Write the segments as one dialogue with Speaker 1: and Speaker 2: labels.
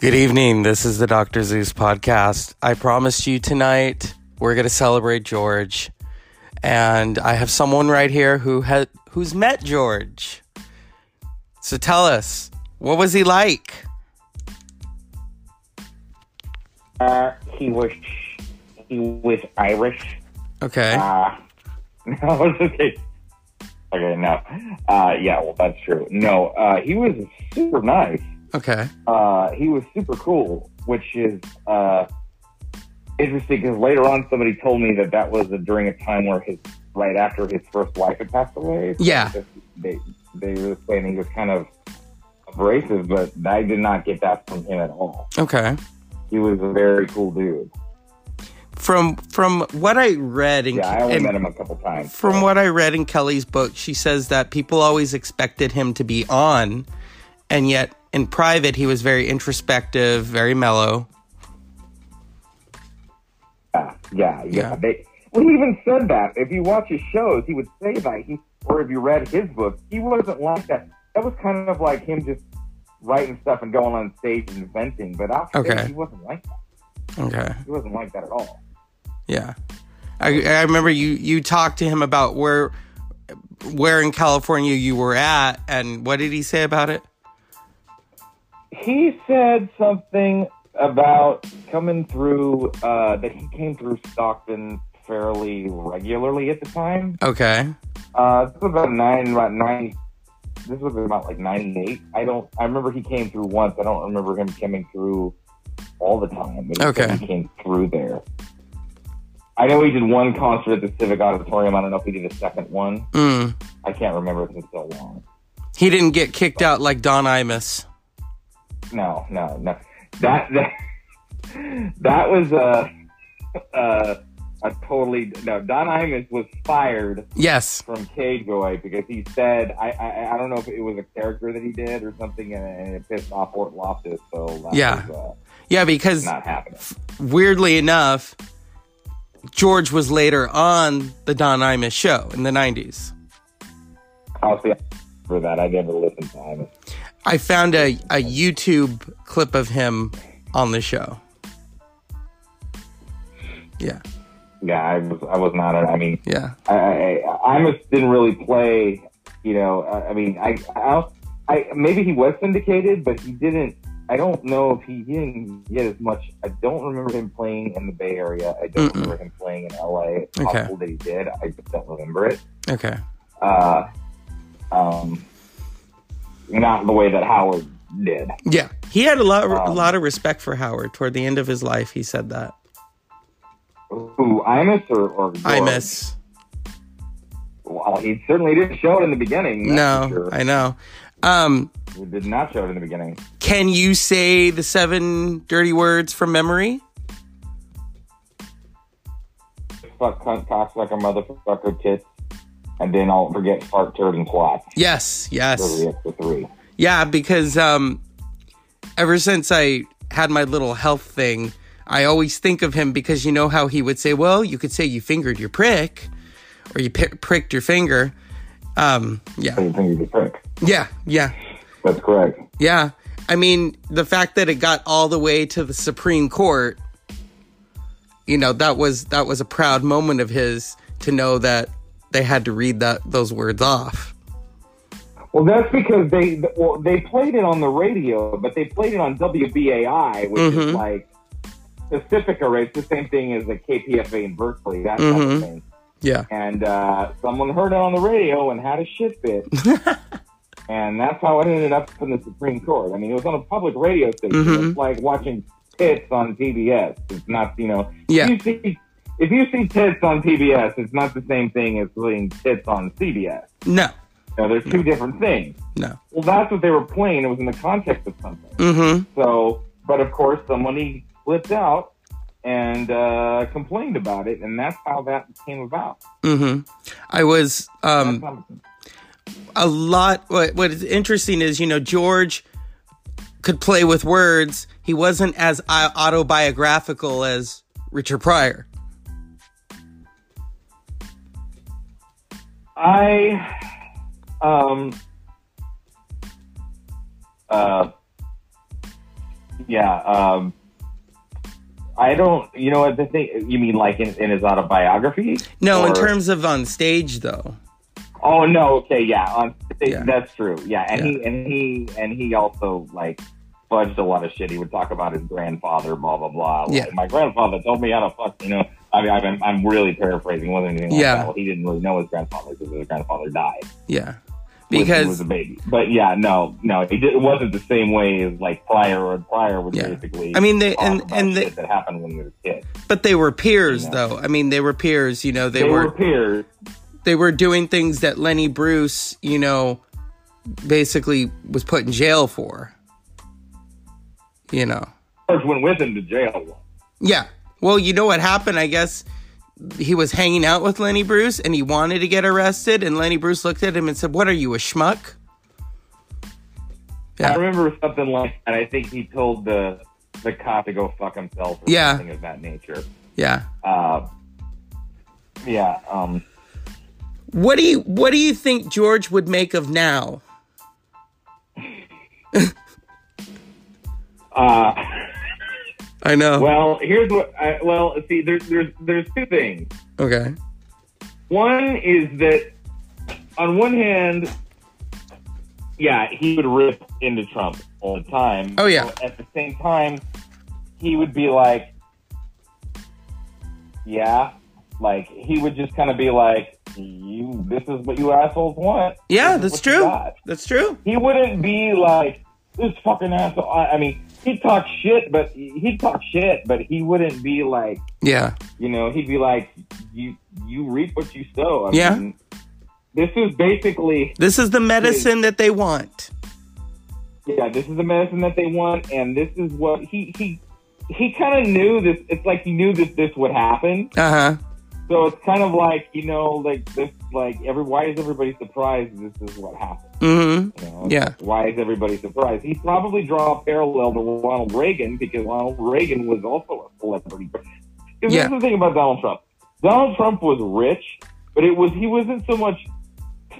Speaker 1: Good evening. This is the Dr. Zeus podcast. I promised you tonight we're going to celebrate George. And I have someone right here who has who's met George. So tell us, what was he like?
Speaker 2: Uh, he was he was Irish.
Speaker 1: Okay.
Speaker 2: Uh, no, I was just kidding. Okay, no. Uh, yeah, well, that's true. No, uh, he was super nice.
Speaker 1: okay.
Speaker 2: Uh, he was super cool, which is uh, interesting because later on somebody told me that that was during a time where his right after his first wife had passed away. So
Speaker 1: Yeah.
Speaker 2: They they were saying he was kind of abrasive, but I did not get that from him at all.
Speaker 1: Okay.
Speaker 2: He was a very cool dude.
Speaker 1: From from what I read in,
Speaker 2: Yeah, I only
Speaker 1: in-
Speaker 2: met him a couple times.
Speaker 1: from what I read in Kelly's book, she says that people always expected him to be on, and yet in private he was very introspective, very mellow.
Speaker 2: Yeah, yeah, yeah.
Speaker 1: Yeah.
Speaker 2: They, well, he even said that. If you watch his shows, he would say that. He, or if you read his book, he wasn't like that. That was kind of like him just writing stuff and going on stage and venting. But after
Speaker 1: Okay.
Speaker 2: he wasn't like that.
Speaker 1: Okay.
Speaker 2: He wasn't like that at all.
Speaker 1: Yeah. I, I remember you you talked to him about where where in California you were at and what did he say about it?
Speaker 2: He said something about coming through uh, that he came through Stockton fairly regularly at the time.
Speaker 1: Okay.
Speaker 2: Uh, this was about nine, about nine. This was about like ninety-eight. I don't. I remember he came through once. I don't remember him coming through all the time. but he said
Speaker 1: Okay.
Speaker 2: he came through there. I know he did one concert at the Civic Auditorium. I don't know if he did a second one.
Speaker 1: Mm.
Speaker 2: I can't remember. It's been so long.
Speaker 1: He didn't get kicked out like Don Imus.
Speaker 2: No, no, no. That that, that was a, a a totally no. Don Imus was fired
Speaker 1: Yes.
Speaker 2: from Cage Boy because he said I, I I don't know if it was a character that he did or something and, and it pissed off Fort Loftus so that
Speaker 1: Yeah.
Speaker 2: was,
Speaker 1: Yeah,
Speaker 2: uh,
Speaker 1: because
Speaker 2: not happening.
Speaker 1: weirdly enough, George was later on the Don Imus show in the 90s.
Speaker 2: Honestly, for that I never listened to him.
Speaker 1: I found a, a YouTube clip of him on the show. Yeah.
Speaker 2: Yeah, I was I was not. a- I mean,
Speaker 1: Yeah.
Speaker 2: I I, I just didn't really play. You know, I, I mean, I, I I maybe he was syndicated, but he didn't. I don't know if he, he didn't get as much. I don't remember him playing in the Bay Area. I don't
Speaker 1: Mm-mm.
Speaker 2: remember him playing in L.A. It's Possible that he did. I just don't remember it.
Speaker 1: Okay.
Speaker 2: uh, um, not the way that Howard did.
Speaker 1: Yeah, he had a lot, a
Speaker 2: Um,
Speaker 1: lot of respect for Howard. Toward the end of his life, he said that.
Speaker 2: Who Imus or, or George?
Speaker 1: I miss.
Speaker 2: Well, he certainly didn't show it in the beginning. that's
Speaker 1: No,
Speaker 2: for sure.
Speaker 1: I know. Um,
Speaker 2: he did not show it in the beginning.
Speaker 1: can you say the seven dirty words from memory?
Speaker 2: Fuck, cunt, cocksucker, motherfucker, tits, and then I'll forget fart, turd, and twat.
Speaker 1: Yes, yes.
Speaker 2: Those are the extra three.
Speaker 1: Yeah, because um, ever since I had my little health thing, I always think of him because you know how he would say, "Well, you could say you fingered your prick, or you pi pricked your finger." Um, yeah,
Speaker 2: So you think you could prick.
Speaker 1: yeah, yeah,
Speaker 2: That's correct.
Speaker 1: yeah. I mean, the fact that it got all the way to the Supreme Court, you know, that was that was a proud moment of his to know that they had to read that those words off.
Speaker 2: Well, that's because they well, they played it on the radio, but they played it on WBAI, which is
Speaker 1: Mhm.
Speaker 2: like Pacifica race, the same thing as the KPFA in Berkeley, that type
Speaker 1: Mhm.
Speaker 2: of thing.
Speaker 1: Yeah,
Speaker 2: And uh, someone heard it on the radio and had a shit fit, and that's how it ended up in the Supreme Court. I mean, it was on a public radio station.
Speaker 1: Mhm.
Speaker 2: It's like watching tits on PBS. It's not you know
Speaker 1: yeah,
Speaker 2: if you see if you see tits on PBS, it's not the same thing as seeing tits on CBS.
Speaker 1: no,
Speaker 2: Now, they're two different things.
Speaker 1: no,
Speaker 2: Well, that's what they were playing. It was in the context of something.
Speaker 1: mm-hmm,
Speaker 2: So, but of course, somebody flipped out and uh, complained about it, and that's how that came about.
Speaker 1: mm-hmm. I was um.
Speaker 2: That's not-
Speaker 1: a lot what, what is interesting is you know george could play with words he wasn't as i- autobiographical as richard pryor
Speaker 2: I, um, uh, yeah. Um, I don't. You know what the thing? You mean like in, in his autobiography?
Speaker 1: No, in
Speaker 2: Or-
Speaker 1: terms of on stage though.
Speaker 2: Oh no. Okay. Yeah. On stage,
Speaker 1: Yeah.
Speaker 2: That's true. Yeah. And
Speaker 1: Yeah.
Speaker 2: he and he and he also like fudged a lot of shit. He would talk about his grandfather. Blah blah blah. Like,
Speaker 1: Yeah.
Speaker 2: My grandfather told me how to fuck. You know. I mean, I'm, I'm really paraphrasing. Wasn't anything like
Speaker 1: Yeah.
Speaker 2: that. Well, he didn't really know his grandfather because his grandfather died
Speaker 1: Yeah.
Speaker 2: when he was
Speaker 1: Because
Speaker 2: a baby. But yeah, no, no, it, did, it wasn't the same way as like Pryor. Or Pryor was
Speaker 1: Yeah.
Speaker 2: basically.
Speaker 1: I mean they
Speaker 2: talk
Speaker 1: and
Speaker 2: about
Speaker 1: and they,
Speaker 2: shit that happened when he was a kid.
Speaker 1: but they were peers
Speaker 2: Yeah.
Speaker 1: though. I mean they were peers, you know, they, were,
Speaker 2: peers.
Speaker 1: they were doing things that Lenny Bruce, you know, basically was put in jail for. You know.
Speaker 2: George went with him to jail. once.
Speaker 1: Yeah. Well, you know what happened? I guess he was hanging out with Lenny Bruce and he wanted to get arrested. And Lenny Bruce looked at him and said, What are you, a schmuck?
Speaker 2: I
Speaker 1: Yeah.
Speaker 2: remember something like that. I think he told the the cop to go fuck himself or
Speaker 1: Yeah.
Speaker 2: something of that nature.
Speaker 1: Yeah.
Speaker 2: Uh, yeah. Um,
Speaker 1: What do you What do you think George would make of now?
Speaker 2: uh,
Speaker 1: I know.
Speaker 2: well, here's what. I, well, see, there's there's there's two things.
Speaker 1: okay.
Speaker 2: One is that on one hand, yeah, he would rip into Trump all the time.
Speaker 1: Oh, yeah.
Speaker 2: But at the same time, he would be like, yeah, like he would just kind of be like, you, this is what you assholes want.
Speaker 1: Yeah,
Speaker 2: This
Speaker 1: that's
Speaker 2: is what you
Speaker 1: true.
Speaker 2: got.
Speaker 1: That's true.
Speaker 2: He wouldn't be like this fucking asshole. I, I mean, he'd talk shit, but he'd talk shit, but he wouldn't be like
Speaker 1: Yeah.
Speaker 2: you know, he'd be like, "You you reap what you sow." I
Speaker 1: Yeah.
Speaker 2: Mean, this is basically
Speaker 1: This is the medicine that they want.
Speaker 2: yeah, this is the medicine that they want, and this is what he he he kind of knew this. It's like he knew that this would happen,
Speaker 1: Uh huh.
Speaker 2: so it's kind of like you know, like this, like every why is everybody surprised? This is what happened.
Speaker 1: Mm hmm.
Speaker 2: You know?
Speaker 1: Yeah.
Speaker 2: Why is everybody surprised? He probably draw a parallel to Ronald Reagan because Ronald Reagan was also a celebrity. Because
Speaker 1: Yeah.
Speaker 2: here's the thing about Donald Trump. Donald Trump was rich, but it was he wasn't so much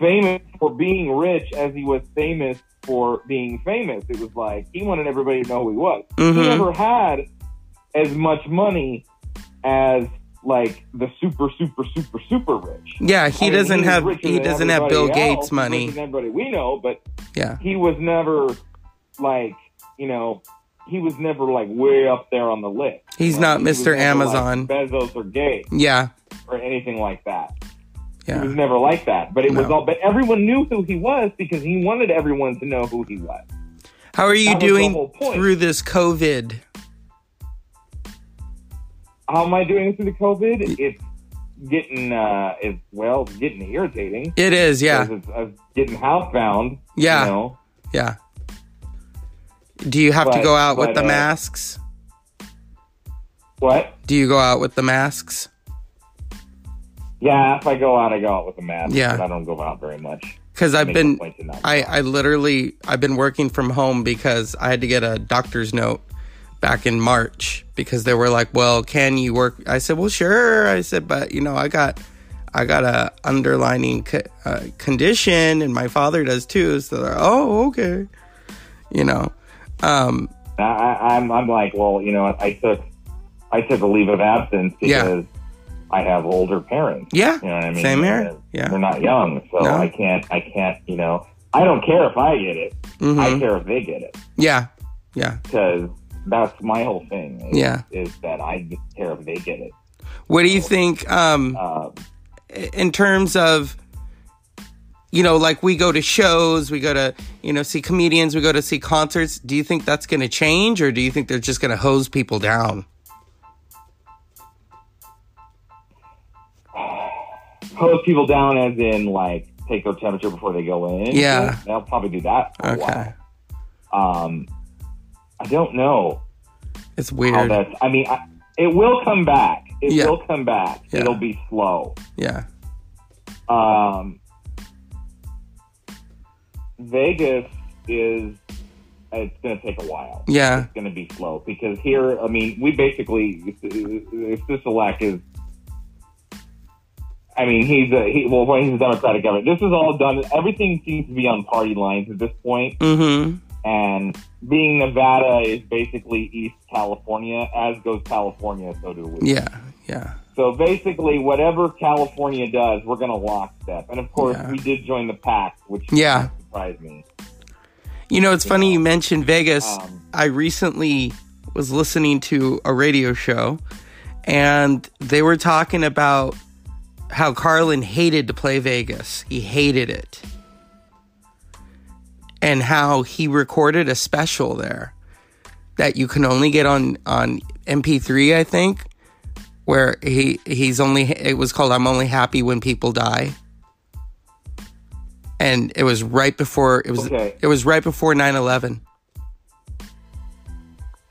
Speaker 2: famous for being rich as he was famous for being famous. It was like he wanted everybody to know who he was. He
Speaker 1: Mm hmm.
Speaker 2: never had as much money as like the super, super, super, super rich.
Speaker 1: Yeah.
Speaker 2: I
Speaker 1: He
Speaker 2: mean,
Speaker 1: doesn't
Speaker 2: was
Speaker 1: have
Speaker 2: richer
Speaker 1: He
Speaker 2: than
Speaker 1: doesn't have Bill
Speaker 2: everybody
Speaker 1: Gates
Speaker 2: else. He's richer
Speaker 1: money.
Speaker 2: than everybody we know, but
Speaker 1: Yeah.
Speaker 2: he was never like you know he was never like way up there on the list.
Speaker 1: He's
Speaker 2: Like,
Speaker 1: not
Speaker 2: he was
Speaker 1: Mr.
Speaker 2: never, like,
Speaker 1: Amazon.
Speaker 2: Bezos or Gates
Speaker 1: Yeah.
Speaker 2: or anything like that. He
Speaker 1: Yeah.
Speaker 2: was never like that. But it was
Speaker 1: No.
Speaker 2: all. But everyone knew who he was because he wanted everyone to know who he was.
Speaker 1: How are you
Speaker 2: That was the
Speaker 1: doing
Speaker 2: whole point.
Speaker 1: through this COVID?
Speaker 2: How am I doing through the COVID? It's getting uh, it's well it's getting irritating.
Speaker 1: It is, yeah,
Speaker 2: 'Cause It's, uh, getting housebound.
Speaker 1: Yeah.
Speaker 2: You know?
Speaker 1: yeah. Do you have to
Speaker 2: But-
Speaker 1: go out with
Speaker 2: but,
Speaker 1: the
Speaker 2: uh,
Speaker 1: masks?
Speaker 2: What?
Speaker 1: Do you go out with the masks?
Speaker 2: Yeah. If I go out, I go out with a mask.
Speaker 1: Yeah.
Speaker 2: But I don't go out very much.
Speaker 1: Because I've
Speaker 2: Make a
Speaker 1: been,
Speaker 2: point to not go
Speaker 1: I,
Speaker 2: out.
Speaker 1: I literally, I've been working from home because I had to get a doctor's note back in March because they were like, well, can you work? I said, well, sure. I said, but you know, I got, I got a underlining co- uh, condition, and my father does too. So they're, oh, okay, you know, um,
Speaker 2: I, I, I'm, I'm like, well, you know, I took, I took a leave of absence
Speaker 1: Yeah.
Speaker 2: because I have older parents.
Speaker 1: yeah,
Speaker 2: You know what I mean?
Speaker 1: same here,
Speaker 2: They're-
Speaker 1: yeah,
Speaker 2: They're not young, so
Speaker 1: No.
Speaker 2: I can't, I can't, you know, I don't care if I get it. I
Speaker 1: hmm
Speaker 2: care if they get it
Speaker 1: yeah, yeah.
Speaker 2: because that's my whole thing. Is,
Speaker 1: Yeah.
Speaker 2: is that I just care if they get it.
Speaker 1: What do you think um,
Speaker 2: Uh,
Speaker 1: in terms of, you know, like we go to shows, we go to, you know, see comedians, we go to see concerts. Do you think that's going to change or do you think they're just going to hose people down?
Speaker 2: hose people down, as in like take their temperature before they go in.
Speaker 1: Yeah.
Speaker 2: they'll probably do that. For
Speaker 1: Okay.
Speaker 2: A while. Um, I don't know.
Speaker 1: It's
Speaker 2: how
Speaker 1: weird.
Speaker 2: that's. I mean, I, it will come back. It
Speaker 1: Yeah.
Speaker 2: will come back.
Speaker 1: Yeah.
Speaker 2: It'll be slow.
Speaker 1: yeah.
Speaker 2: Um, Vegas is. It's going to take a while.
Speaker 1: Yeah.
Speaker 2: It's going to be slow because here, I mean, we basically if Sisolak is. I mean, he's a he. Well, when he's a Democratic governor, this is all done. Everything seems to be on party lines at this point.
Speaker 1: Mm hmm.
Speaker 2: And being Nevada is basically East California, as goes California, so do we.
Speaker 1: Yeah, yeah.
Speaker 2: So basically, whatever California does, we're going to lockstep. And of course,
Speaker 1: Yeah.
Speaker 2: we did join the pack, which
Speaker 1: Yeah.
Speaker 2: surprised me.
Speaker 1: You know, it's funny you mentioned Vegas.
Speaker 2: Um,
Speaker 1: I recently was listening to a radio show and they were talking about how Carlin hated to play Vegas. He hated it. And how he recorded a special there that you can only get on on MP3, I think, where he he's only it was called I'm only happy when people die. And it was right before it was
Speaker 2: Okay.
Speaker 1: it was right before 9/11.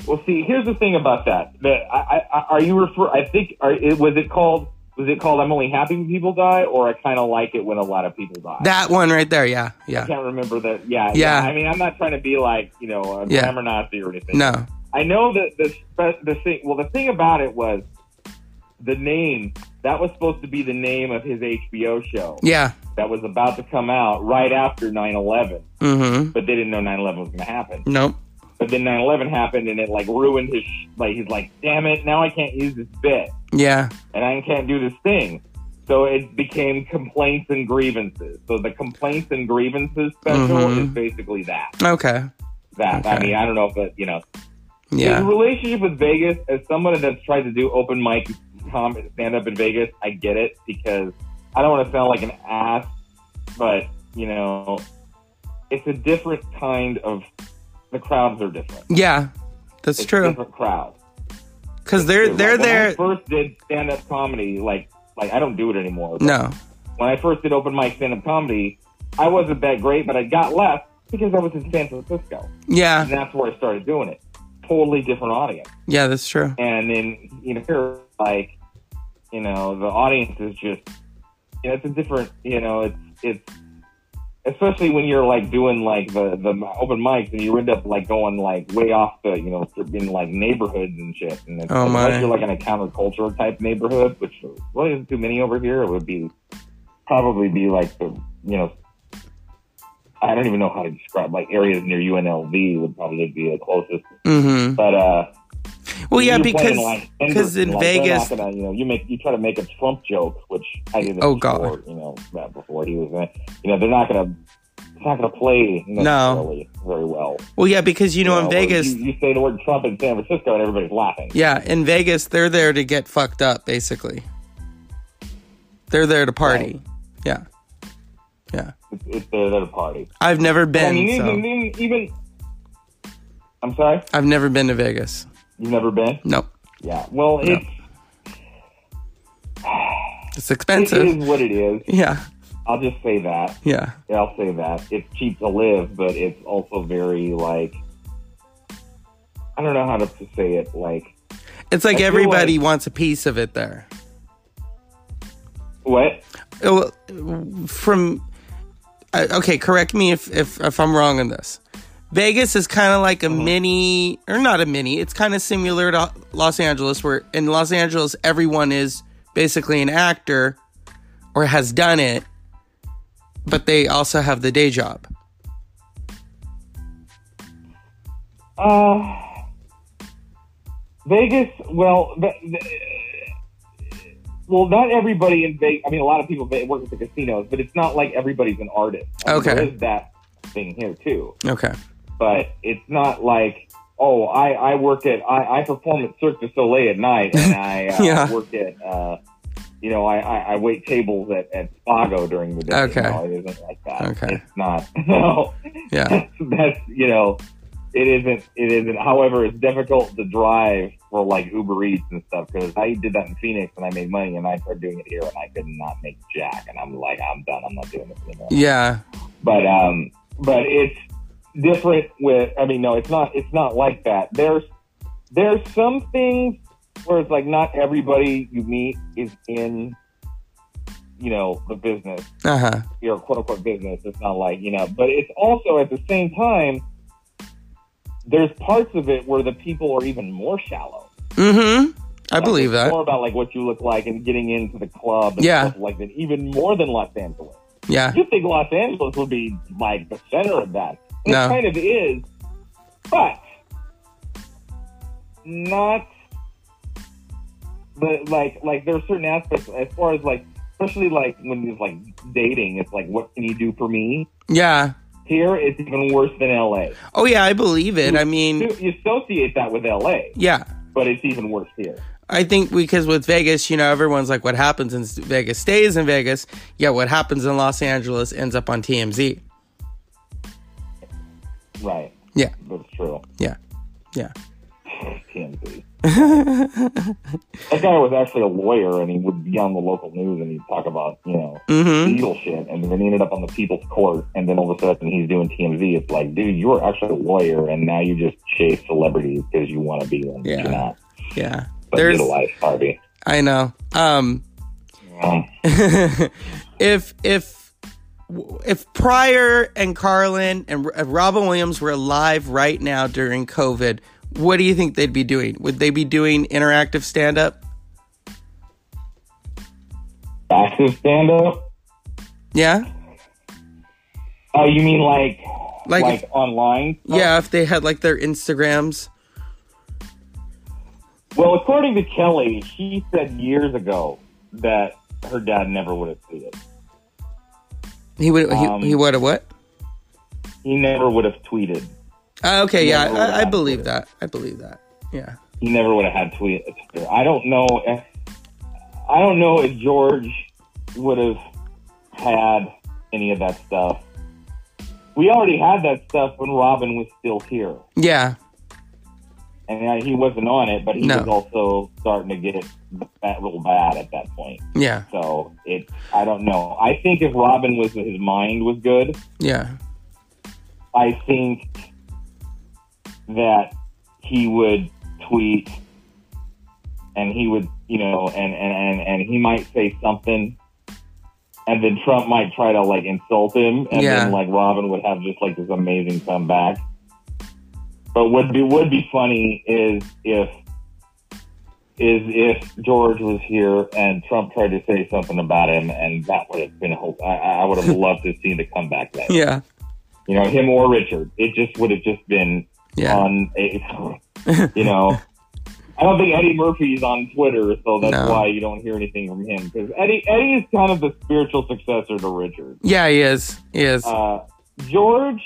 Speaker 2: Well, see, here's the thing about that. That I, I, are you refer? I think are, it, was it called? Was it called? I'm only happy when people die, or I kind of like it when a lot of people die.
Speaker 1: That one right there, yeah, yeah.
Speaker 2: I can't remember that. Yeah,
Speaker 1: Yeah.
Speaker 2: I mean, I'm not trying to be like you know a
Speaker 1: Yeah.
Speaker 2: grammar Nazi or anything.
Speaker 1: No,
Speaker 2: I know that the spe- the thing. Well, the thing about it was the name. That was supposed to be the name of his HBO show
Speaker 1: yeah,
Speaker 2: that was about to come out right after 9/11,
Speaker 1: mm-hmm.
Speaker 2: but they didn't know 9/11 was going to happen.
Speaker 1: Nope.
Speaker 2: But then 9/11 happened, and it like ruined his. Sh- like he's like, damn it! Now I can't use this bit,
Speaker 1: Yeah,
Speaker 2: and I can't do this thing. So it became complaints and grievances. So the complaints and grievances special
Speaker 1: Mhm.
Speaker 2: is basically that.
Speaker 1: okay.
Speaker 2: That I
Speaker 1: Okay.
Speaker 2: mean, I don't know if it, you know his
Speaker 1: Yeah,
Speaker 2: relationship with Vegas, as someone that's tried to do open mic com stand up in Vegas, I get it because I don't want to sound like an ass, but you know, it's a different kind of the crowds are different.
Speaker 1: yeah, that's
Speaker 2: it's A
Speaker 1: true.
Speaker 2: different crowd.
Speaker 1: Because they're they're
Speaker 2: when I
Speaker 1: there.
Speaker 2: first did stand up comedy, like like I don't do it anymore. but
Speaker 1: No,
Speaker 2: When I first did open mic stand up comedy, I wasn't that great, but I got left because I was in San Francisco,
Speaker 1: yeah,
Speaker 2: and that's where I started doing it. Totally different audience.
Speaker 1: yeah, that's true.
Speaker 2: and then you know here, like you know the audience is just you know, it's a different you know it's it's especially when you're like doing like the the open mics and you end up like going like way off the you know in like neighborhoods and shit and it's,
Speaker 1: Oh, my.
Speaker 2: unless you're like in a counterculture type neighborhood which really isn't too many over here it would be probably be like the you know I don't even know how to describe like areas near UNLV would probably be the closest
Speaker 1: Mm-hmm.
Speaker 2: but uh
Speaker 1: Well, yeah,
Speaker 2: you play in,
Speaker 1: because
Speaker 2: like, Denver,
Speaker 1: because in
Speaker 2: like, they're not
Speaker 1: Vegas-
Speaker 2: gonna, you know, you make you try to make a Trump joke, which I didn't.
Speaker 1: Oh, God.
Speaker 2: before, you know that before he was in. You know they're not gonna it's not gonna play
Speaker 1: No.
Speaker 2: necessarily very well.
Speaker 1: well, yeah, because you know in
Speaker 2: where
Speaker 1: Vegas,
Speaker 2: you, you say the word Trump in San Francisco and everybody's laughing.
Speaker 1: yeah, in Vegas they're there to get fucked up basically. They're there to party. Yeah, yeah.
Speaker 2: It's, it's their, their party.
Speaker 1: I've never
Speaker 2: I mean,
Speaker 1: been.
Speaker 2: even,
Speaker 1: So
Speaker 2: even even- I'm sorry,
Speaker 1: I've never been to Vegas.
Speaker 2: you've never been.
Speaker 1: Nope.
Speaker 2: Yeah. Well,
Speaker 1: No.
Speaker 2: it's
Speaker 1: It's
Speaker 2: it
Speaker 1: expensive.
Speaker 2: is what it is.
Speaker 1: Yeah,
Speaker 2: I'll just say that.
Speaker 1: yeah,
Speaker 2: Yeah, I'll say that. It's cheap to live, but it's also very like I don't know how to say it. Like
Speaker 1: it's like
Speaker 2: I feel
Speaker 1: everybody wants a piece of it there.
Speaker 2: what?
Speaker 1: Oh, from uh, okay correct me if, if if i'm wrong on this vegas is kind of like a mini or not a mini it's kind of similar to los angeles where in los angeles everyone is basically an actor or has done it but they also have the day job
Speaker 2: Uh, Vegas. Well, the, the- well, not everybody in Vegas. I mean, a lot of people va- work at the casinos, but it's not like everybody's an artist. I mean,
Speaker 1: Okay.
Speaker 2: there is that thing here too,
Speaker 1: okay
Speaker 2: but it's not like. Oh, I, I work at I, I perform at Cirque du Soleil at night, and I uh,
Speaker 1: Yeah.
Speaker 2: work at uh, you know I, I, I wait tables at, at Spago during the day.
Speaker 1: Okay.
Speaker 2: no, it isn't like that.
Speaker 1: Okay.
Speaker 2: it's not. No,
Speaker 1: yeah
Speaker 2: that's you know it isn't it isn't however it's difficult to drive for like uber eats and stuff because i did that in phoenix and i made money and i tried doing it here and i could not make jack and i'm like i'm done i'm not doing this anymore
Speaker 1: yeah
Speaker 2: but um but it's different with i mean no it's not it's not like that there's there's some things where it's like not everybody you meet is in you know the business
Speaker 1: uh-huh
Speaker 2: your quote unquote business. It's not like, you know, but it's also at the same time, there's parts of it where the people are even more shallow.
Speaker 1: mm-hmm i
Speaker 2: Like,
Speaker 1: believe
Speaker 2: it's
Speaker 1: that
Speaker 2: More about like what you look like and getting into the club and
Speaker 1: Yeah.
Speaker 2: stuff like that, even more than Los Angeles.
Speaker 1: yeah
Speaker 2: You think Los Angeles would be like the center of that. It
Speaker 1: No.
Speaker 2: kind of is, but not but like like there are certain aspects as far as like especially like when it's like dating it's like what can you do for me
Speaker 1: Yeah.
Speaker 2: here it's even worse than la
Speaker 1: Oh yeah, I believe it. I mean,
Speaker 2: you, you associate that with la
Speaker 1: yeah.
Speaker 2: but it's even worse here
Speaker 1: I think because with Vegas, you know, everyone's like, what happens in Vegas stays in Vegas. Yeah, what happens in Los Angeles ends up on TMZ.
Speaker 2: right
Speaker 1: Yeah,
Speaker 2: that's true
Speaker 1: yeah, yeah.
Speaker 2: TMZ. that guy was actually a lawyer and he would be on the local news and he'd talk about you know
Speaker 1: Mm-hmm.
Speaker 2: legal shit, and then he ended up on the people's court, and then all of a sudden he's doing TMZ. It's like, dude, you are actually a lawyer, and now you just chase celebrities because you want to be one.
Speaker 1: Yeah.
Speaker 2: You're not.
Speaker 1: Yeah.
Speaker 2: But
Speaker 1: There's,
Speaker 2: you're the life, Harvey.
Speaker 1: I know. Um,
Speaker 2: Yeah.
Speaker 1: if if if Pryor and Carlin and R- Robin Williams were alive right now during COVID, what do you think they'd be doing? Would they be doing interactive stand up?
Speaker 2: Back to stand up.
Speaker 1: Yeah,
Speaker 2: Oh, you mean like
Speaker 1: Like
Speaker 2: like,
Speaker 1: if-
Speaker 2: online?
Speaker 1: yeah. If they had like their Instagrams.
Speaker 2: Well, according to Kelly, she said years ago that her dad never would have seen it.
Speaker 1: He would.
Speaker 2: Um,
Speaker 1: he, he would have what?
Speaker 2: He never would have tweeted.
Speaker 1: Uh, okay, yeah,
Speaker 2: no,
Speaker 1: I, I
Speaker 2: I
Speaker 1: believe
Speaker 2: would.
Speaker 1: that. I believe that. Yeah.
Speaker 2: he never would have had tweet. I don't know. If, I don't know if George would have had any of that stuff. We already had that stuff when Robin was still here,
Speaker 1: Yeah.
Speaker 2: and uh, he wasn't on it, but he
Speaker 1: No.
Speaker 2: was also starting to get that little bad at that point.
Speaker 1: Yeah.
Speaker 2: So it, I don't know. I think if Robin was his mind was good,
Speaker 1: Yeah.
Speaker 2: I think that he would tweet and he would, you know, and, and, and, and he might say something and then Trump might try to like insult him and
Speaker 1: Yeah.
Speaker 2: then like Robin would have just like this amazing comeback. But what be, would be funny is if is if George was here and Trump tried to say something about him and that would have been hope I, I would have loved to see the comeback there
Speaker 1: Yeah.
Speaker 2: you know, him or Richard. It just would have just been
Speaker 1: Yeah.
Speaker 2: on a, you know. I don't think Eddie Murphy's on Twitter, so that's
Speaker 1: No.
Speaker 2: why you don't hear anything from him because Eddie Eddie is kind of the spiritual successor to Richard.
Speaker 1: Yeah, he is. He is.
Speaker 2: Uh, George,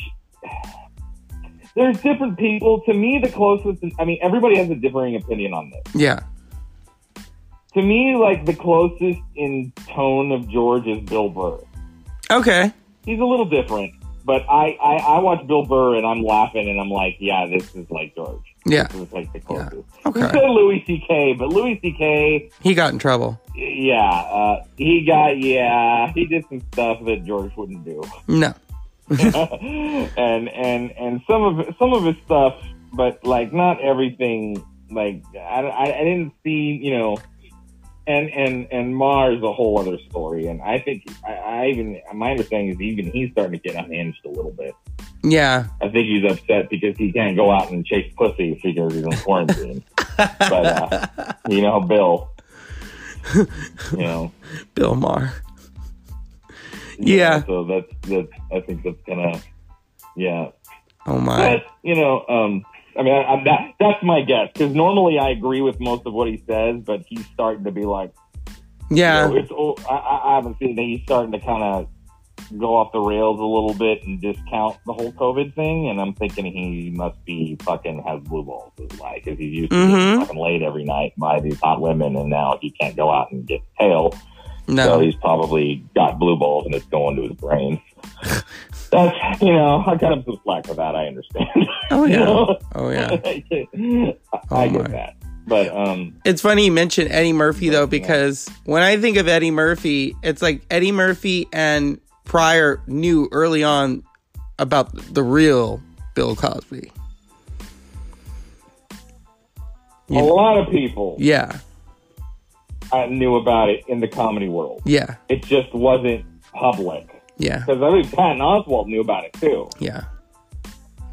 Speaker 2: there's different people. To me, the closest, I mean, everybody has a differing opinion on this.
Speaker 1: yeah.
Speaker 2: To me, like the closest in tone of George is Bill Burr.
Speaker 1: Okay.
Speaker 2: he's a little different. But I, I, I watch Bill Burr and I'm laughing and I'm like, yeah, this is like George.
Speaker 1: Yeah.
Speaker 2: This is like the closest. You
Speaker 1: Okay.
Speaker 2: said Louis C.K., but Louis C.K.,
Speaker 1: He got in trouble.
Speaker 2: yeah, uh, he got, yeah, he did some stuff that George wouldn't do.
Speaker 1: No.
Speaker 2: and, and, and some of, some of his stuff, but like not everything, like, I, I, I didn't see, you know, and, and, and Mars a whole other story. And I think I, I even, my understanding is even he's starting to get unhinged a little bit.
Speaker 1: Yeah.
Speaker 2: I think he's upset because he can't go out and chase pussy because he's in quarantine. but uh, you know, Bill. You know.
Speaker 1: Bill Maher. Yeah.
Speaker 2: So that's that's I think that's kind of yeah.
Speaker 1: Oh my.
Speaker 2: But you know, um, I mean, I, I, that that's my guess because normally I agree with most of what he says, but he's starting to be like, you
Speaker 1: Yeah.
Speaker 2: know, it's oh, I- I, I haven't seen that he's starting to kind of go off the rails a little bit and discount the whole COVID thing. And I'm thinking he must be fucking has blue balls, is why, because he's used to
Speaker 1: Mhm.
Speaker 2: getting fucking laid every night by these hot women, and now he can't go out and get tail. So
Speaker 1: No.
Speaker 2: he's probably got blue balls and it's going to his brain. That's you know, I got him some slack for that. I understand.
Speaker 1: Oh
Speaker 2: You
Speaker 1: yeah.
Speaker 2: know?
Speaker 1: Oh yeah.
Speaker 2: I,
Speaker 1: Oh, my.
Speaker 2: I get that, but um,
Speaker 1: It's funny you mentioned Eddie Murphy though, because when I think of Eddie Murphy, it's like Eddie Murphy and Pryor knew early on about the real Bill Cosby. You
Speaker 2: a
Speaker 1: know.
Speaker 2: lot of people
Speaker 1: Yeah.
Speaker 2: I knew about it in the comedy world.
Speaker 1: Yeah.
Speaker 2: it just wasn't public
Speaker 1: Yeah.
Speaker 2: because I think Patton Oswalt knew about it too.
Speaker 1: Yeah.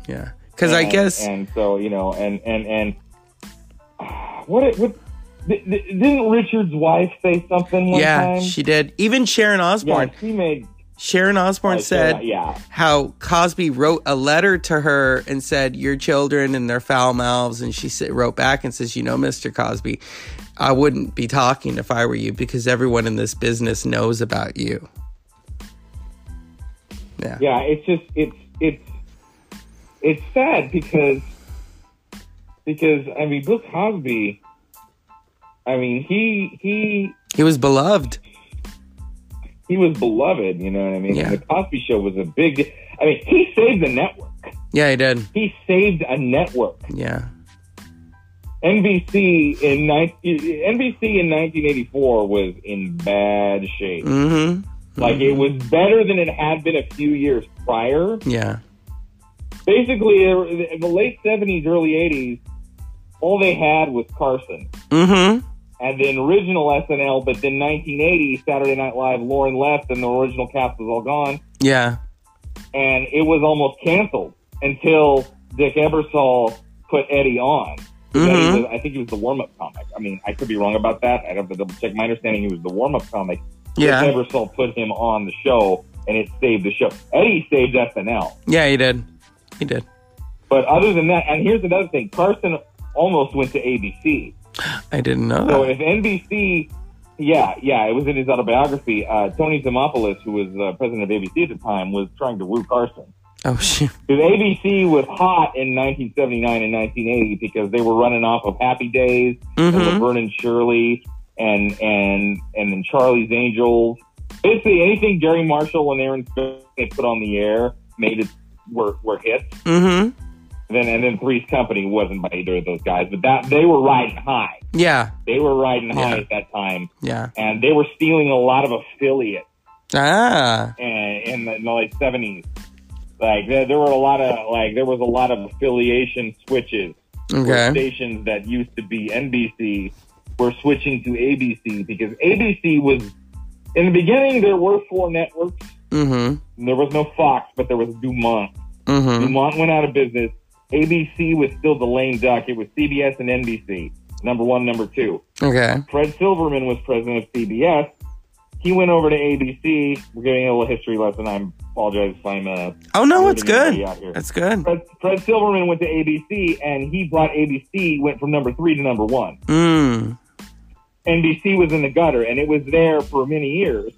Speaker 1: Yeah. Because I
Speaker 2: And-
Speaker 1: guess
Speaker 2: and so you know, and and and what it what th- th- didn't Richard's wife say something one
Speaker 1: yeah,
Speaker 2: time?
Speaker 1: she did. Even Sharon
Speaker 2: yeah,
Speaker 1: Osbourne,
Speaker 2: she made
Speaker 1: Sharon Osbourne
Speaker 2: Like, uh,
Speaker 1: said
Speaker 2: yeah,
Speaker 1: how Cosby wrote a letter to her and said, Your children and their foul mouths. And she sa- wrote back and says, You know, Mr. Cosby, I wouldn't be talking if I were you because everyone in this business knows about you. Yeah.
Speaker 2: yeah. It's just it's it's it's sad because because I mean Bill Cosby. I mean he he
Speaker 1: He was beloved.
Speaker 2: he was beloved. You know what I mean?
Speaker 1: Yeah.
Speaker 2: The Cosby Show was a big. I mean he saved the network.
Speaker 1: Yeah, he did.
Speaker 2: He saved a network.
Speaker 1: Yeah.
Speaker 2: NBC in 19, NBC in 1984 was in bad shape.
Speaker 1: Mm
Speaker 2: Like it was better than it had been a few years prior.
Speaker 1: hmm. Yeah.
Speaker 2: Basically, in the late 70s, early 80s, all they had was Carson
Speaker 1: Mm hmm.
Speaker 2: and the original SNL. But then 1980, Saturday Night Live, Lauren left, and the original cast was all gone,
Speaker 1: Yeah.
Speaker 2: and it was almost canceled until Dick Ebersol put Eddie on. That he
Speaker 1: Mm
Speaker 2: was- I think he was the warm up comic. I mean, I could be wrong about that. I'd have to double check. My understanding, he was the warm up comic.
Speaker 1: hmm. Yeah.
Speaker 2: Chris Eversole put him on the show, and it saved the show. Eddie saved SNL.
Speaker 1: Yeah, he did. He did.
Speaker 2: But other than that, and here's another thing Carson almost went to ABC.
Speaker 1: I didn't know
Speaker 2: So
Speaker 1: that.
Speaker 2: if NBC, yeah, yeah, it was in his autobiography. Uh, Tony Demopoulos, who was uh, president of ABC at the time, was trying to woo Carson.
Speaker 1: Oh, shit.
Speaker 2: Because ABC was hot in 1979 and 1980 because they were running off of Happy Days and
Speaker 1: Mm
Speaker 2: Laverne and Shirley and and and then Charlie's Angels. Basically, anything Gary Marshall and Aaron Spelling had put on the air made it were were hits.
Speaker 1: hmm. Mm
Speaker 2: Then and then Three's Company wasn't by either of those guys, but that they were riding high.
Speaker 1: hmm. Yeah.
Speaker 2: They were riding high
Speaker 1: Yeah.
Speaker 2: at that time,
Speaker 1: Yeah.
Speaker 2: and they were stealing a lot of affiliates
Speaker 1: Ah.
Speaker 2: and in the, in the late seventies. Like there, there were a lot of like there was a lot of affiliation switches where
Speaker 1: Okay.
Speaker 2: stations that used to be NBC were switching to ABC because ABC was in the beginning there were four networks.
Speaker 1: Mm
Speaker 2: There was no Fox, but there was Dumont.
Speaker 1: hmm. Mm hmm.
Speaker 2: Dumont went out of business. ABC was still the lame duck. It was CBS and NBC, number one, number two.
Speaker 1: Okay.
Speaker 2: Fred Silverman was president of CBS. He went over to ABC. We're getting a little history lesson. I apologize if I'm uh,
Speaker 1: Oh no, it's
Speaker 2: weirding everybody
Speaker 1: good.
Speaker 2: out here.
Speaker 1: It's good.
Speaker 2: Fred, Fred Silverman went to ABC, and he brought ABC went from number three to number one.
Speaker 1: Mm.
Speaker 2: NBC was in the gutter, and it was there for many years.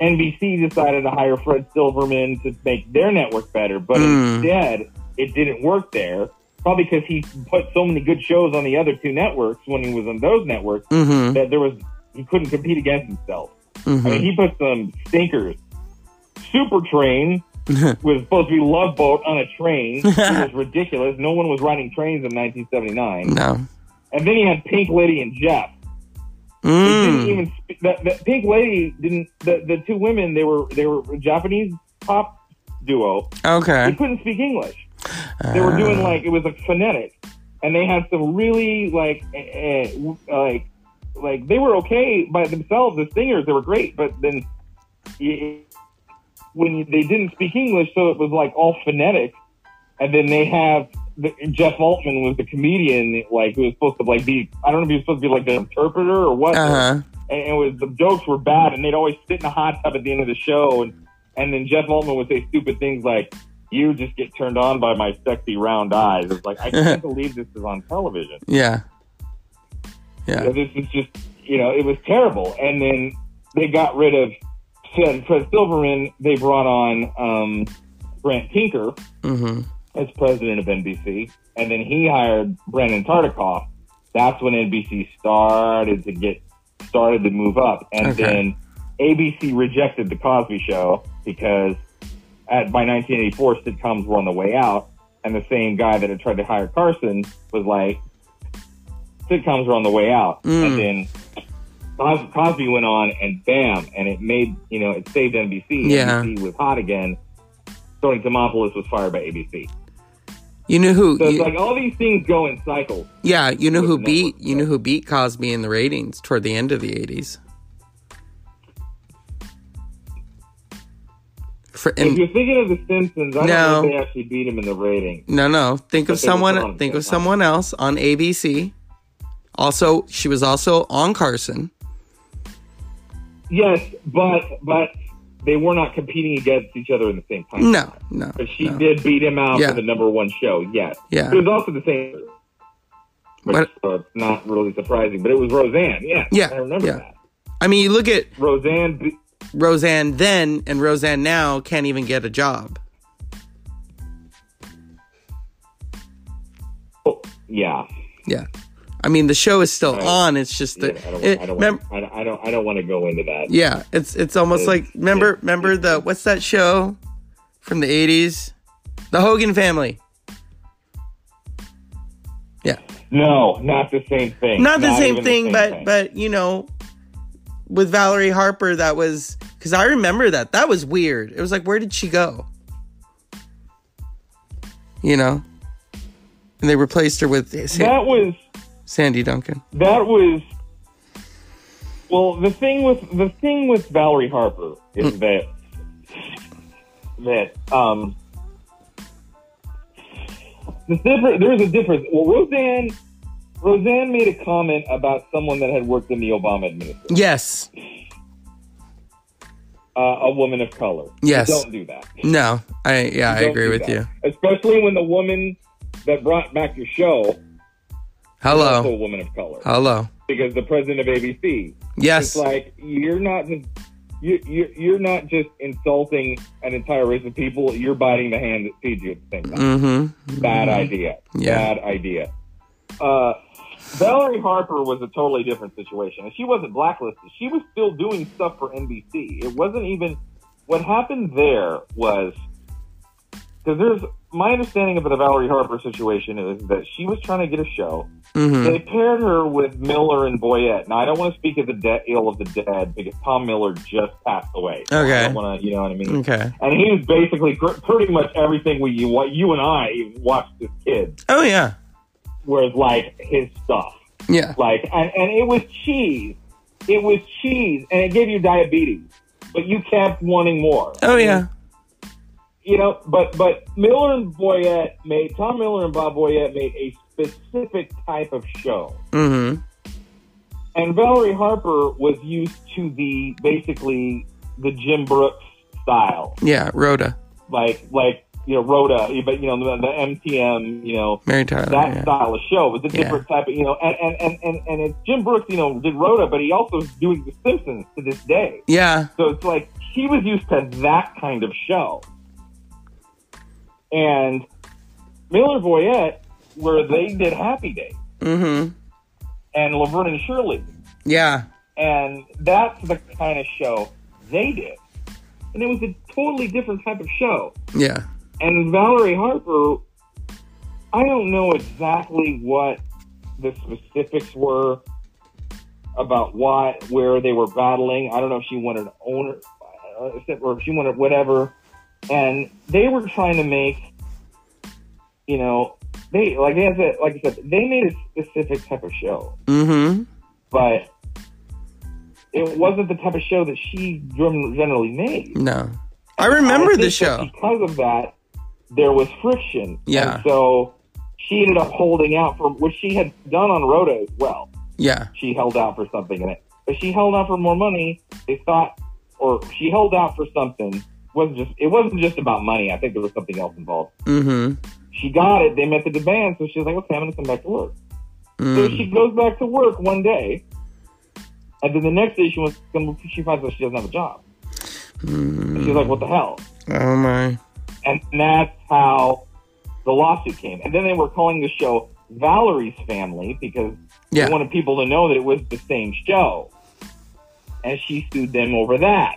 Speaker 2: NBC decided to hire Fred Silverman to make their network better, but
Speaker 1: Mm.
Speaker 2: instead, it didn't work there. Probably because he put so many good shows on the other two networks when he was on those networks
Speaker 1: Mm-hmm.
Speaker 2: that there was he couldn't compete against himself. I mean,
Speaker 1: Mm-hmm.
Speaker 2: he put some stinkers. Super Train was supposed to be Love Boat on a train. it was ridiculous. No one was riding trains in 1979.
Speaker 1: No.
Speaker 2: And then he had Pink Lady and Jeff. They didn't
Speaker 1: Mm.
Speaker 2: even sp- that, that Pink Lady didn't. The, the two women they were they were a Japanese pop duo. They
Speaker 1: Okay.
Speaker 2: couldn't speak English. They were
Speaker 1: Ah.
Speaker 2: doing like it was like phonetic, and they had some really like eh, eh, like like they were okay by themselves as singers. They were great, but then you, when you, they didn't speak English, so it was like all phonetic. And then they have the, Jeff Altman was the comedian, like who was supposed to like be I don't know if he was supposed to be like the interpreter or what
Speaker 1: Uh huh.
Speaker 2: and it was the jokes were bad, and they'd always sit in a hot tub at the end of the show, and and then Jeff Altman would say stupid things like, "You just get turned on by my sexy round eyes." It's like I can't believe this is on television.
Speaker 1: Yeah. Yeah.
Speaker 2: This is just you know it was terrible, and then they got rid of Fred, Fred Silverman. They brought on um, Brant Tinker
Speaker 1: Mm-hmm.
Speaker 2: as president of NBC, and then he hired Brandon Tartikoff. That's when NBC started to get started to move up, and
Speaker 1: Okay.
Speaker 2: then ABC rejected the Cosby Show because at by 1984 sitcoms were on the way out, and the same guy that had tried to hire Carson was like, sitcoms were on the way out,
Speaker 1: Mm.
Speaker 2: and then. Cos- Cosby went on and bam, and it made, you know, it saved NBC.
Speaker 1: Yeah.
Speaker 2: NBC was hot again. Tony Demopoulos was fired by ABC.
Speaker 1: You knew who?
Speaker 2: So it's
Speaker 1: you-
Speaker 2: like all these things go in cycles.
Speaker 1: yeah, you knew who
Speaker 2: Network
Speaker 1: beat. You knew
Speaker 2: effect.
Speaker 1: who beat Cosby in the ratings toward the end of the eighties. For,
Speaker 2: If
Speaker 1: and,
Speaker 2: you're thinking of The Simpsons,
Speaker 1: No.
Speaker 2: I don't know if they actually beat him in the rating.
Speaker 1: no, no. Think of
Speaker 2: But they were
Speaker 1: someone.
Speaker 2: wrong.
Speaker 1: Think of someone else on ABC. Also, she was also on Carson.
Speaker 2: Yes, but but they were not competing against each other in the same time.
Speaker 1: No, no.
Speaker 2: But she
Speaker 1: no.
Speaker 2: did beat him out
Speaker 1: Yeah.
Speaker 2: for the number one show. Yes.
Speaker 1: Yeah.
Speaker 2: It was also the same. Which,
Speaker 1: But-
Speaker 2: uh, not really surprising, but it was Roseanne. Yeah.
Speaker 1: Yeah,
Speaker 2: I remember
Speaker 1: yeah.
Speaker 2: that.
Speaker 1: I mean, you look at
Speaker 2: Roseanne. Be-
Speaker 1: Roseanne then and Roseanne now can't even get a job.
Speaker 2: oh, yeah.
Speaker 1: Yeah. I mean, the show is still
Speaker 2: Right.
Speaker 1: on. It's just
Speaker 2: yeah
Speaker 1: that
Speaker 2: I don't.
Speaker 1: it-
Speaker 2: I don't.
Speaker 1: mem-
Speaker 2: want, I don't. I don't, I don't want to go into that.
Speaker 1: yeah, it's it's almost
Speaker 2: It-
Speaker 1: like remember
Speaker 2: it-
Speaker 1: remember the what's that show from the eighties, the Hogan Family. Yeah,
Speaker 2: No, not the same thing.
Speaker 1: not the same
Speaker 2: even
Speaker 1: thing, but
Speaker 2: thing.
Speaker 1: but you know, with Valerie Harper, that was because I remember that that was weird. It was like, where did she go? You know, and they replaced her with Sa-
Speaker 2: that was
Speaker 1: Sandy Duncan.
Speaker 2: that was well the thing with the thing with Valerie Harper
Speaker 1: Hmm.
Speaker 2: is that that um the different there's a difference well Roseanne Roseanne made a comment about someone that had worked in the Obama administration
Speaker 1: Yes,
Speaker 2: uh, a woman of color You
Speaker 1: Yes.
Speaker 2: don't do that
Speaker 1: no, I yeah, I
Speaker 2: Don't
Speaker 1: agree
Speaker 2: do
Speaker 1: with
Speaker 2: that.
Speaker 1: you.
Speaker 2: especially when the woman that brought back your show is also a
Speaker 1: Hello,
Speaker 2: woman of color
Speaker 1: hello.
Speaker 2: because the president of ABC
Speaker 1: Yes,
Speaker 2: It's like you're not just you you're, you're not just insulting an entire race of people. You're biting the hand that feeds you at the same time.
Speaker 1: mm-hmm.
Speaker 2: Bad idea.
Speaker 1: Yeah.
Speaker 2: Bad idea. Uh, Valerie Harper was a totally different situation, and she wasn't blacklisted. She was still doing stuff for NBC. It wasn't even what happened there was because there's my understanding of the Valerie Harper situation is that she was trying to get a show.
Speaker 1: Mm-hmm.
Speaker 2: They paired her with Miller and Boyette. Now I don't want to speak of the de- ill of the dead because Tom Miller just passed away. So
Speaker 1: Oh, Okay.
Speaker 2: I don't want to, you know what I mean.
Speaker 1: Okay.
Speaker 2: And he was basically pr- pretty much everything we you, what you and I watched as kids
Speaker 1: Oh yeah,
Speaker 2: was like his stuff.
Speaker 1: yeah,
Speaker 2: Like and, and it was cheese. It was cheese, and it gave you diabetes, but you kept wanting more
Speaker 1: oh yeah.
Speaker 2: you know, but but Miller and Boyette made Tom Miller and Bob Boyette made a specific type of show,
Speaker 1: Mm-hmm.
Speaker 2: and Valerie Harper was used to the basically the Jim Brooks style,
Speaker 1: Yeah, Rhoda,
Speaker 2: like like you know Rhoda, but you know the, the MTM, you know
Speaker 1: Mary Tyler.
Speaker 2: that
Speaker 1: Oh, yeah.
Speaker 2: style of show was a
Speaker 1: Yeah.
Speaker 2: different type of you know, and and and and, and it's Jim Brooks, you know, did Rhoda, but he also is doing The Simpsons to this day.
Speaker 1: yeah,
Speaker 2: So it's like she was used to that kind of show. And Miller Voyette, where they did Happy Days
Speaker 1: mm-hmm.
Speaker 2: and Laverne and Shirley.
Speaker 1: Yeah,
Speaker 2: And that's the kind of show they did. And it was a totally different type of show.
Speaker 1: yeah,
Speaker 2: And Valerie Harper, I don't know exactly what the specifics were about why, where they were battling. I don't know if she wanted owner, uh, or if she wanted whatever. And they were trying to make, you know, they like I said, like I said, they made a specific type of show,
Speaker 1: mm-hmm.
Speaker 2: but it wasn't the type of show that she gen- generally made.
Speaker 1: No, I remember
Speaker 2: I think
Speaker 1: the
Speaker 2: that
Speaker 1: show.
Speaker 2: Because of that, there was friction.
Speaker 1: Yeah.
Speaker 2: And so she ended up holding out for which she had done on Rhoda as well.
Speaker 1: Yeah,
Speaker 2: She held out for something in it. But she held out for more money. They thought or she held out for something. It wasn't just it wasn't just about money. I think there was something else involved.
Speaker 1: mm-hmm.
Speaker 2: She got it, they met the demand, so she was like, Okay, I'm gonna come back to work. So
Speaker 1: Mm.
Speaker 2: she goes back to work one day. And then the next day she wants to come she finds out she doesn't have a job. And
Speaker 1: Hmm.
Speaker 2: she's like, What the hell?
Speaker 1: Mm-hmm. Oh my.
Speaker 2: and that's how the lawsuit came. And then they were calling the show Valerie's Family because
Speaker 1: Yeah.
Speaker 2: they wanted people to know that it was the same show. And she sued them over that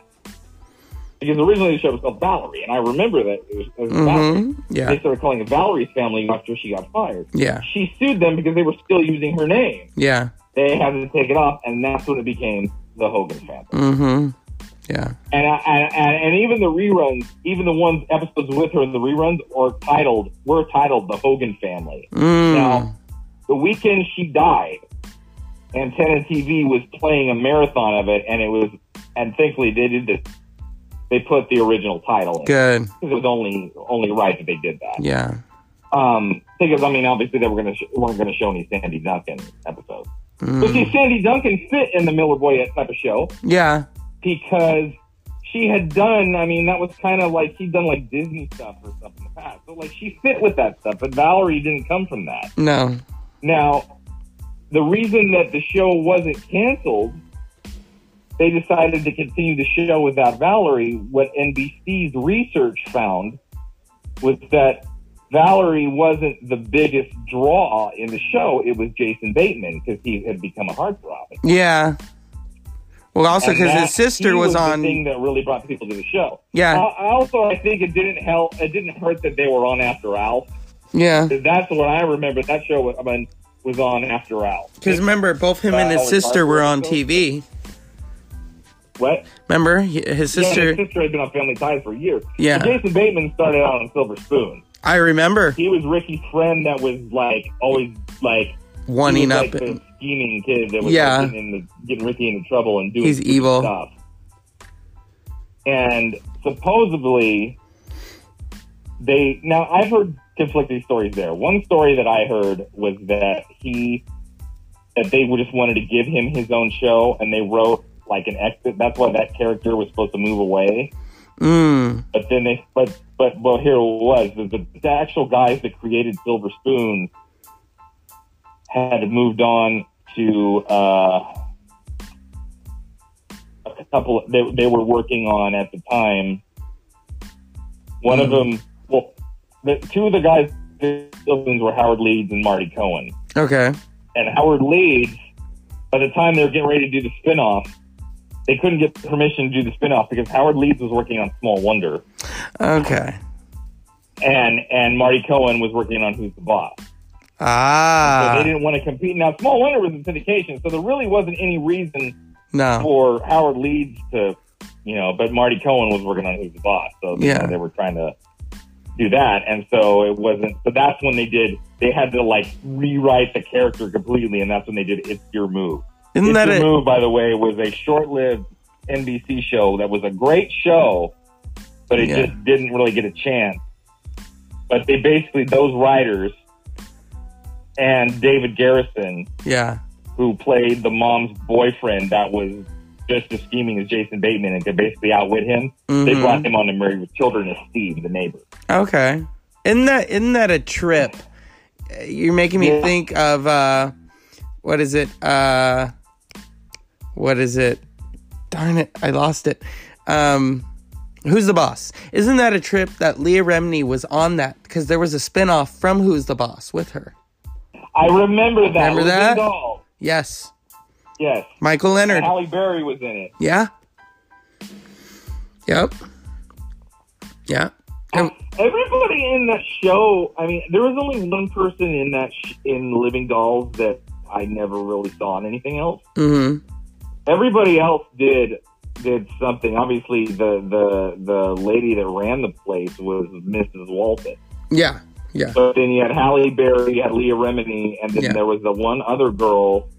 Speaker 2: because originally the show was called Valerie, and I remember that it was, it was Valerie.
Speaker 1: Mm-hmm. Yeah,
Speaker 2: They started calling it Valerie's Family after she got fired.
Speaker 1: yeah,
Speaker 2: She sued them because they were still using her name.
Speaker 1: yeah.
Speaker 2: They had to take it off, and that's when it became the Hogan Family.
Speaker 1: Mm-hmm. Yeah.
Speaker 2: And, I, and and and even the reruns, even the ones episodes with her in the reruns, are titled were titled the Hogan Family.
Speaker 1: Mm.
Speaker 2: Now, the weekend she died, Antenna TV was playing a marathon of it, and it was and thankfully they did this. They put the original title in.
Speaker 1: Good.
Speaker 2: 'Cause It was only only right that they did that.
Speaker 1: Yeah.
Speaker 2: Um, because I mean, obviously they were gonna sh- weren't gonna show any Sandy Duncan episodes, but
Speaker 1: Mm.
Speaker 2: see, Sandy Duncan fit in the Miller Boyette type of show
Speaker 1: Yeah.
Speaker 2: because she had done. I mean, that was kind of like she'd done like Disney stuff or stuff in the past. So like she fit with that stuff, but Valerie didn't come from that.
Speaker 1: No.
Speaker 2: Now, the reason that the show wasn't canceled, they decided to continue the show without Valerie. What NBC's research found was that Valerie wasn't the biggest draw in the show. It was Jason Bateman because he had become a heartthrob.
Speaker 1: Yeah. Well, also
Speaker 2: And
Speaker 1: because
Speaker 2: that-
Speaker 1: his sister
Speaker 2: he
Speaker 1: was,
Speaker 2: the
Speaker 1: on.
Speaker 2: thing that really brought people to the show.
Speaker 1: Yeah.
Speaker 2: I- I also, I think it didn't help. It didn't hurt that they were on after Alf.
Speaker 1: Yeah.
Speaker 2: 'Cause That's what I remember. That show was, I mean, was on after Alf.
Speaker 1: Because remember, both him and his
Speaker 2: Valerie
Speaker 1: sister were
Speaker 2: Parker
Speaker 1: on
Speaker 2: also?
Speaker 1: TV.
Speaker 2: What?
Speaker 1: Remember, He- his
Speaker 2: Yeah,
Speaker 1: sister.
Speaker 2: his sister had been on Family Ties for years.
Speaker 1: Yeah.
Speaker 2: But Jason Bateman started out on Silver Spoon.
Speaker 1: I remember
Speaker 2: He was Ricky's friend that was like always like he
Speaker 1: wanting
Speaker 2: was,
Speaker 1: up.
Speaker 2: like, the scheming kid that was
Speaker 1: Yeah.
Speaker 2: like, getting, in the, getting Ricky into trouble and doing
Speaker 1: He's
Speaker 2: stupid
Speaker 1: evil.
Speaker 2: stuff. And supposedly, they now I've heard conflicting stories there. One story that I heard was that he that they just wanted to give him his own show, and they wrote like an exit. That's why that character was supposed to move away.
Speaker 1: Mm.
Speaker 2: But then they, but but well, here it was the, the, the actual guys that created Silver Spoon had moved on to uh, a couple. They they were working on at the time. One of them, well, the, two of the guys that did Silver Spoons were Howard Leeds and Marty Cohen.
Speaker 1: Okay.
Speaker 2: And Howard Leeds, by the time they were getting ready to do the spinoff, they couldn't get permission to do the spinoff because Howard Leeds was working on Small Wonder
Speaker 1: Okay.
Speaker 2: and and Marty Cohen was working on Who's the Boss. So they
Speaker 1: Ah.
Speaker 2: didn't want to compete. Now, Small Wonder was in syndication, so there really wasn't any reason
Speaker 1: No.
Speaker 2: for Howard Leeds to, you know. But Marty Cohen was working on Who's the Boss, so you
Speaker 1: Yeah.
Speaker 2: know, they were trying to do that, and so it wasn't. So that's when they did. They had to like rewrite the character completely, and that's when they did It's Your Move.
Speaker 1: Isn't
Speaker 2: it's
Speaker 1: that
Speaker 2: Your
Speaker 1: it?
Speaker 2: Move, by the way, was a short-lived NBC show that was a great show, but it
Speaker 1: Yeah.
Speaker 2: just didn't really get a chance. But they basically those writers and David Garrison,
Speaker 1: Yeah.
Speaker 2: who played the mom's boyfriend, that was just as scheming as Jason Bateman and could basically outwit him. They
Speaker 1: Mhm.
Speaker 2: brought him on to Married with Children as Steve, the neighbor.
Speaker 1: Okay. Isn't that isn't that a trip? Uh, You're making me
Speaker 2: Yeah.
Speaker 1: think of uh what is it? Uh what is it? Darn it, I lost it. Um Who's the Boss? Isn't that a trip that Leah Remini was on that because there was a spin-off from Who's the Boss with her?
Speaker 2: I remember that.
Speaker 1: Remember
Speaker 2: It was
Speaker 1: that?
Speaker 2: in Doll.
Speaker 1: Yes.
Speaker 2: Yes.
Speaker 1: Michael Leonard.
Speaker 2: Halle Berry was in it.
Speaker 1: Yeah. Yep. Yeah.
Speaker 2: Oh.
Speaker 1: And-
Speaker 2: Everybody in that show, I mean, there was only one person in that sh- in Living Dolls that I never really saw in anything else.
Speaker 1: mhm.
Speaker 2: Everybody else did did something. Obviously, the the the lady that ran the place was Mrs. Walton.
Speaker 1: Yeah. Yeah.
Speaker 2: But then you had Halle Berry, you had Leah Remini, and then
Speaker 1: Yeah.
Speaker 2: there was the one other girl,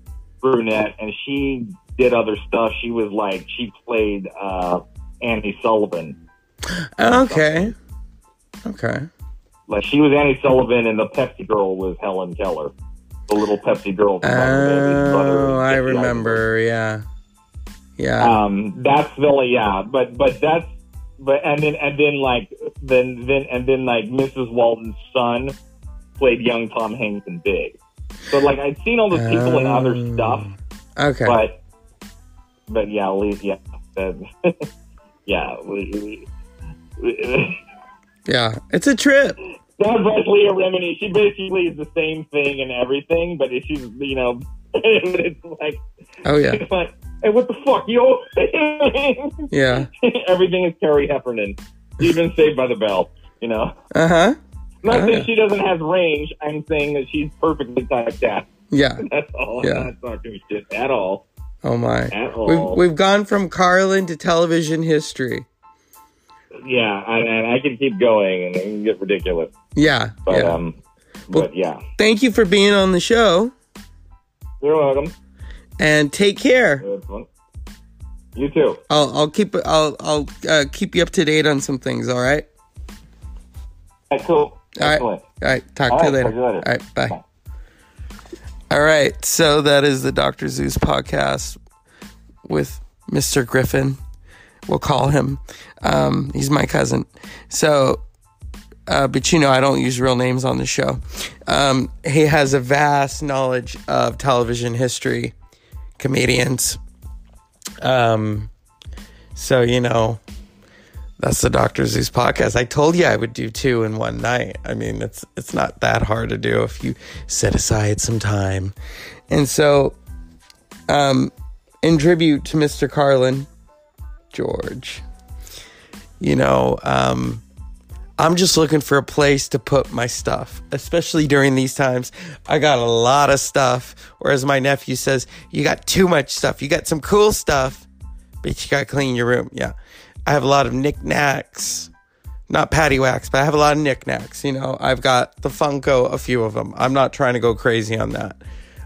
Speaker 2: brunette, and she did other stuff. She was like she played uh, Annie Sullivan.
Speaker 1: Okay. Okay.
Speaker 2: Like she was Annie Sullivan, and the Pepsi girl was Helen Keller, the little Pepsi girl. from Barbie, Butter,
Speaker 1: Oh,
Speaker 2: and
Speaker 1: I
Speaker 2: Jesse
Speaker 1: remember. Yeah,
Speaker 2: Eisenberg.
Speaker 1: yeah.
Speaker 2: Um, that's really yeah, but but that's but and then and then like then then and then like Mrs. Walton's son played young Tom Hanks in Big. So like I'd seen all those people in other
Speaker 1: Oh.
Speaker 2: stuff,
Speaker 1: okay.
Speaker 2: but but yeah, leave yeah, that- yeah. We, we,
Speaker 1: yeah, it's a trip.
Speaker 2: God bless Leah Remini. She basically is the same thing and everything, but it's she's you know, it's like,
Speaker 1: Oh yeah,
Speaker 2: it's like, hey, what the fuck, yo?
Speaker 1: yeah.
Speaker 2: everything is Carrie Heffernan, even Saved by the Bell. You know,
Speaker 1: Uh huh.
Speaker 2: not
Speaker 1: Oh, yeah.
Speaker 2: saying she doesn't have range. I'm saying that she's perfectly typecast.
Speaker 1: Yeah.
Speaker 2: That's all.
Speaker 1: Yeah.
Speaker 2: I'm not talking shit at all.
Speaker 1: Oh my.
Speaker 2: At
Speaker 1: We've
Speaker 2: all.
Speaker 1: we've gone from Carlin to television history.
Speaker 2: yeah, and, and I can keep going, and it can get ridiculous.
Speaker 1: Yeah.
Speaker 2: But
Speaker 1: yeah.
Speaker 2: um,
Speaker 1: Well-
Speaker 2: but yeah,
Speaker 1: Thank you for being on the show,
Speaker 2: you're welcome.
Speaker 1: and take care.
Speaker 2: That's fun. You too.
Speaker 1: I'll I'll keep I'll I'll uh, keep you up to date on some things. All right.
Speaker 2: All right, cool.
Speaker 1: All right.
Speaker 2: Excellent.
Speaker 1: All right. Talk
Speaker 2: All
Speaker 1: to you
Speaker 2: right,
Speaker 1: later.
Speaker 2: talk to you later.
Speaker 1: All right. Bye. All right. So that is the Dr. Zeus podcast with Mr. Griffin. we'll call him. Um, he's my cousin. So, uh, but you know, I don't use real names on the show. Um, he has a vast knowledge of television history, comedians. Um, so you know, that's the Doctor Zeus podcast. I told you I would do two in one night. I mean, it's it's not that hard to do if you set aside some time. And so, um, in tribute to Mr. Carlin, George, you know, um, I'm just looking for a place to put my stuff, especially during these times. I got a lot of stuff. Whereas my nephew says, You got too much stuff. You got some cool stuff, but you got to clean your room. Yeah. I have a lot of knickknacks, not patty wax, but I have a lot of knickknacks. You know, I've got the Funko, a few of them. I'm not trying to go crazy on that.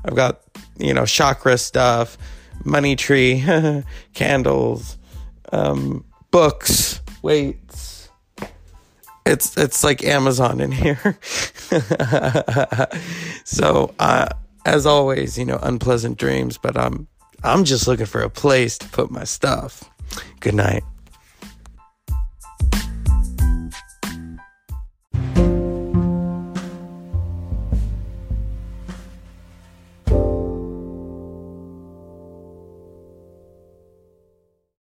Speaker 1: I've got, you know, chakra stuff, money tree, candles, um, books, weights. It's it's like Amazon in here. so uh, as always, you know, unpleasant dreams. But I'm I'm just looking for a place to put my stuff. Good night.